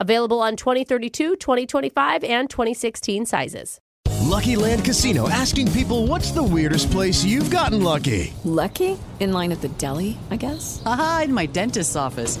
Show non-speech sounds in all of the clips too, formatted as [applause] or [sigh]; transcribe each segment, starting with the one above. Available on 2032, 2025, and 2016 sizes. Lucky Land Casino asking people what's the weirdest place you've gotten lucky? Lucky? In line at the deli, I guess? Aha, in my dentist's office.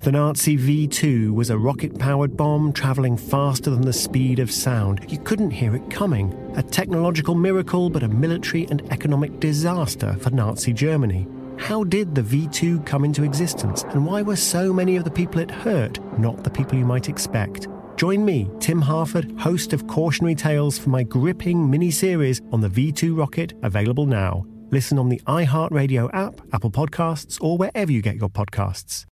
The Nazi V 2 was a rocket powered bomb travelling faster than the speed of sound. You couldn't hear it coming. A technological miracle, but a military and economic disaster for Nazi Germany. How did the V 2 come into existence, and why were so many of the people it hurt not the people you might expect? Join me, Tim Harford, host of Cautionary Tales, for my gripping mini series on the V 2 rocket, available now. Listen on the iHeartRadio app, Apple Podcasts, or wherever you get your podcasts.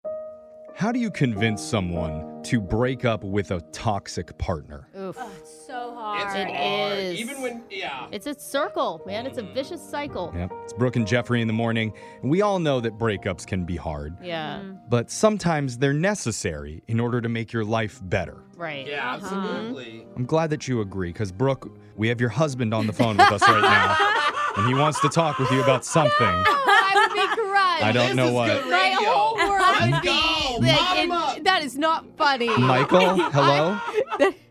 How do you convince someone to break up with a toxic partner? Oof. it's so hard. It's It hard. is. Even when, yeah. Mm. It's a circle, man. It's a vicious cycle. Yep. It's Brooke and Jeffrey in the morning. And we all know that breakups can be hard, Yeah. but sometimes they're necessary in order to make your life better. Right. Yeah, absolutely. I'm glad that you agree because, Brooke, we have your husband on the phone with us right now, and he wants to talk with [laughs] you about something. I would be crushed. I don't know This is what. good radio. Let's go. Mop it- 'em up. Uh, that is not funny. Michael, [laughs] hello?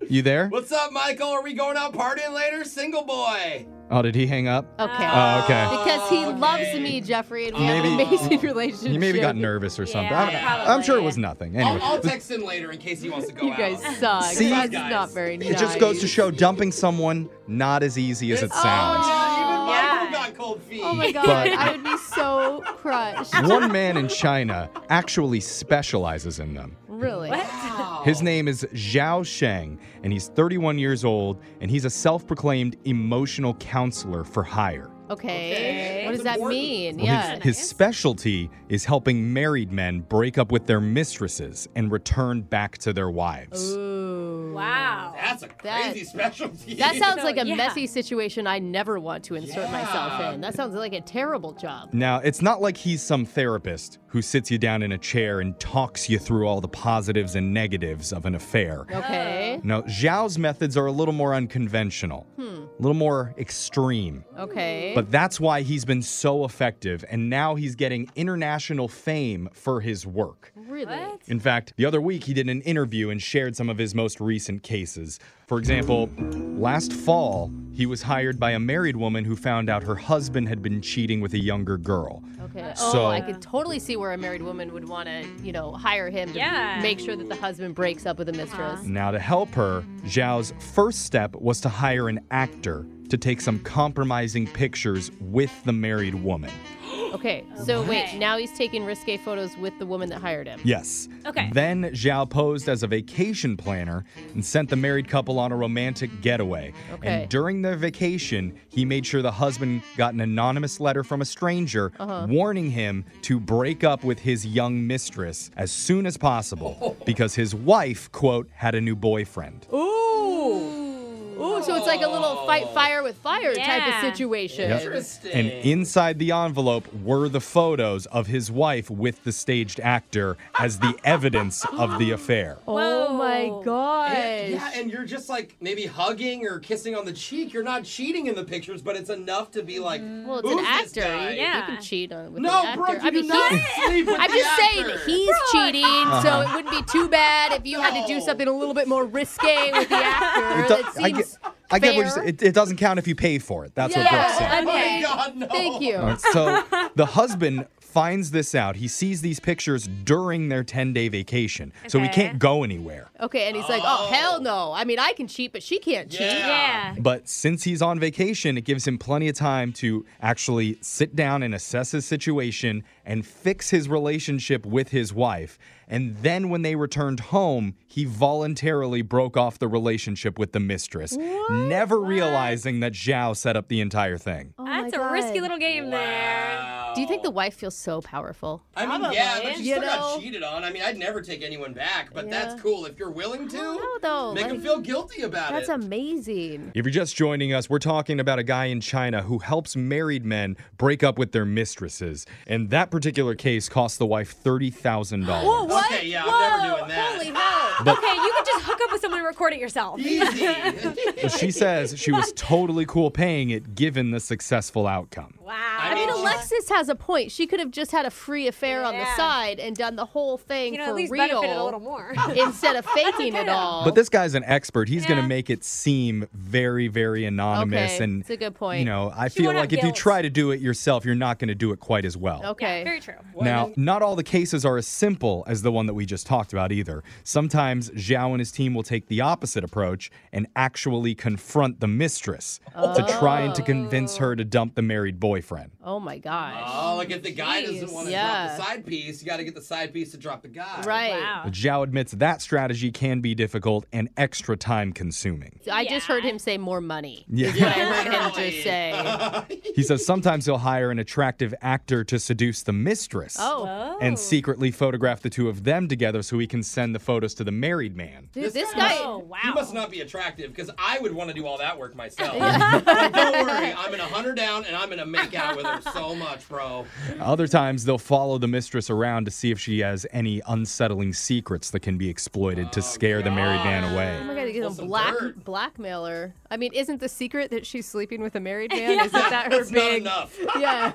You there? What's up, Michael? Are we going out partying later? Single boy. Oh, did he hang up? Okay. Oh, okay. because he okay. Uh, loves me, Jeffrey, and we have an Maybe- amazing relationship. He maybe got nervous or something. Yeah, I don't- I'm sure it was nothing. Anyway, I'll, I'll text him later in case he wants to go [laughs] You out. guys suck. See? That's Guys. not very nice. It just goes to show dumping someone not as easy as it sounds. Oh, yeah, even Yeah. Michael got cold feet. Oh my god, But- I would be so crushed. [laughs] One man in China actually specializes in them. [laughs] Really? His name is Zhao Sheng, and he's 31 years old, and he's a self proclaimed emotional counselor for hire. Okay. What does It's that important. mean? Well, Oh, yeah. his, his specialty is helping married men break up with their mistresses and return back to their wives. Ooh. Wow. That's a That- crazy specialty. [laughs] That sounds So, like a yeah. messy situation I never want to insert myself in. That sounds like a terrible job. Now, it's not like he's some therapist who sits you down in a chair and talks you through all the positives and negatives of an affair. Okay. No, Zhao's methods are a little more unconventional, a little more extreme. Oh. Okay. But that's why he's been so effective, and now he's getting international fame for his work. really? In fact, the other week he did an interview and shared some of his most recent cases. For example, last fall, he was hired by a married woman who found out her husband had been cheating with a younger girl. Okay. So- oh, I could totally see where a married woman would want to, you know, hire him to Yeah. make sure that the husband breaks up with a mistress. Now, to help her, Zhao's first step was to hire an actor to take some compromising pictures with the married woman. Okay. So wait, Okay. now he's taking risque photos with the woman that hired him. Yes. Okay. Then Zhao posed as a vacation planner and sent the married couple on a romantic getaway. Okay. And during their vacation, he made sure the husband got an anonymous letter from a stranger warning him to break up with his young mistress as soon as possible because his wife, quote, had a new boyfriend. Ooh, so it's like a little fight fire with fire type Yeah. of situation. Yep. And inside the envelope were the photos of his wife with the staged actor as [laughs] the evidence of the affair. Oh my Whoa. gosh. And- yeah, and you're just like maybe hugging or kissing on the cheek. You're not cheating in the pictures, but it's enough to be like, Mm-hmm. well, it's Who's an this actor. guy? You, you Yeah. can cheat on with no, an actor. Brooke, you I mean, do not he's- [laughs] sleep with I'm the just saying actor. he's cheating, Uh-huh. so it wouldn't be too bad if you had to do something a little bit more risque with the actor. It do- that I seems get, I get what you're fair. saying. It, it doesn't count if you pay for it. That's Oh, what Brooke's saying. Yeah, okay. Oh My God, no. Thank you. All right, so the husband finds this out. He sees these pictures during their 10 day vacation. So he Okay. can't go anywhere. Okay, and he's like, oh, hell no. I mean, I can cheat, but she can't cheat. Yeah. But since he's on vacation, it gives him plenty of time to actually sit down and assess his situation and fix his relationship with his wife. And then when they returned home, he voluntarily broke off the relationship with the mistress, never realizing that Zhao set up the entire thing. That's a risky little game there. Do you think the wife feels so powerful? I mean, yeah, but she You still got know? cheated on. I mean, I'd never take anyone back, but that's cool if you're willing to. know, though, Make like- them feel guilty about That's it. amazing. If you're just joining us, we're talking about a guy in China who helps married men break up with their mistresses. And that particular case cost the wife $30,000. what? Okay, yeah, I'm never doing that. Holy hell. okay, you could just hook up with someone and record it yourself. Easy. So she says she was totally cool paying it given the successful outcome. Wow. I mean, Yeah. Alexis has a point. She could have just had a free affair on the Yeah. side and done the whole thing you know, for at least real benefited a little more. instead [laughs] of faking it all. But this guy's an expert. He's going to Yeah. make it seem very, very anonymous. Okay, And it's a good point. You know, I feel won't have like if you guilt. try to do it yourself, you're not going to do it quite as well. okay. Very true. Now, not all the cases are as simple as the one that we just talked about either. Sometimes Zhao and his team will take the opposite approach and actually confront the mistress to try and to convince her to dump the married boyfriend. oh my gosh. Oh, like if the guy doesn't want to Yeah. drop the side piece, you got to get the side piece to drop the guy. Right. Wow. Zhao admits that strategy can be difficult and extra time consuming. I just heard him say more money. Yeah. What I heard him just say. He says sometimes he'll hire an attractive actor to seduce the mistress Oh. and secretly photograph the two of them together so he can send the photos to the married man. Dude, this guy. Oh, wow. He must not be attractive because I would want to do all that work [laughs] myself. but don't worry, I'm gonna hunt her down and I'm gonna make out with her so much, bro. Other times, they'll follow the mistress around to see if she has any unsettling secrets that can be exploited Oh, to scare the married man Oh away. my god, he's a some black dirt. blackmailer. I mean, isn't the secret that she's sleeping with a married man? Isn't that her That's not big? enough. [laughs] yeah.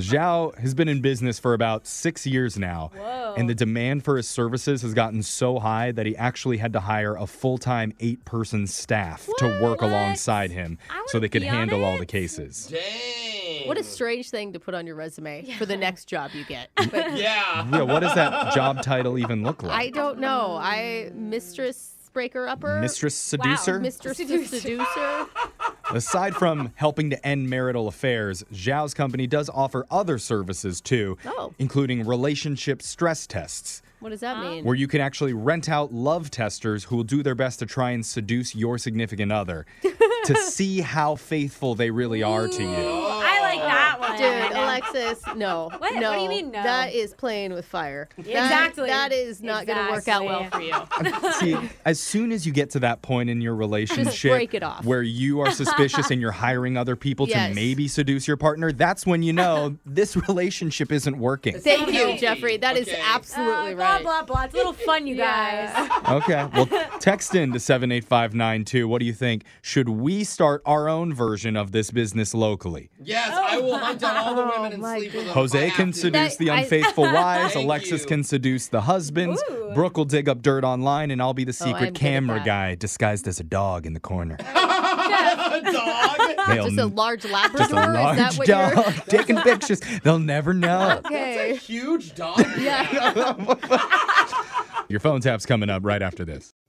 Zhao has been in business for about six years now, and the demand for his services has gotten so high that he actually had to hire a full time eight person staff to work alongside him so they could be on handle all it. the cases. Dang. What a strange thing to put on your resume for the next job [laughs] you get. But yeah. Yeah, what does that job title even look like? I don't know. I mistress breaker upper. Mistress seducer? Mistress seducer. Aside from helping to end marital affairs, Zhao's company does offer other services too, Oh. including relationship stress tests, What does that mean? where you can actually rent out love testers who will do their best to try and seduce your [laughs] significant other to see how faithful they really are to you. I like Oh. that one. Dude, oh, Alexis, no. [laughs] What do No. you mean, no? That is playing with [laughs] fire. That- Exactly. that is not going to work out well for you. See, as soon as you get to that point in your relationship break it off. where you [laughs] are suspicious and you're hiring other people Yes. to maybe seduce your partner, that's when [laughs] you know this relationship isn't working. Thank so you, healthy. Jeffrey. That is Okay. absolutely Uh, blah, right. blah, blah. It's a little fun, you guys. Okay. Well, text in to 78592. What do you think? Should we start our own version of this business locally? Yes, I will hunt down all the women and sleep with them. Jose if I can have to. seduce the Oh I- [laughs] unfaithful wives, Thank Alexis you. can seduce the husbands, Brooke will dig up dirt online, and I'll be the Oh, I'm good secret at camera that. guy disguised as a dog in the [laughs] corner. dog. [laughs] They'll Just a n- large um, just a Labrador? large is that what dog [laughs] you're. taking pictures. They'll never know. [laughs] Okay. Huge dog. Yeah. Your phone tap's coming up right after this.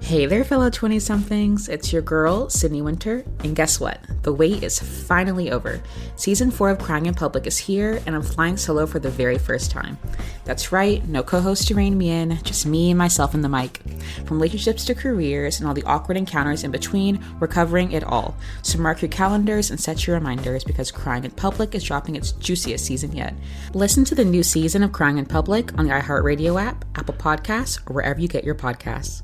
Hey there, fellow 20 somethings. It's your girl, Sydney Winter. And guess what? The wait is finally over. Season 4 of Crying in Public is here, and I'm flying solo for the very first time. That's right, no co host to rein me in, just me and myself and the mic. From relationships to careers and all the awkward encounters in between, we're covering it all. So mark your calendars and set your reminders because Crying in Public is dropping its juiciest season yet. Listen to the new season of Crying in Public on the iHeartRadio app, Apple Podcasts, or wherever you get your podcasts.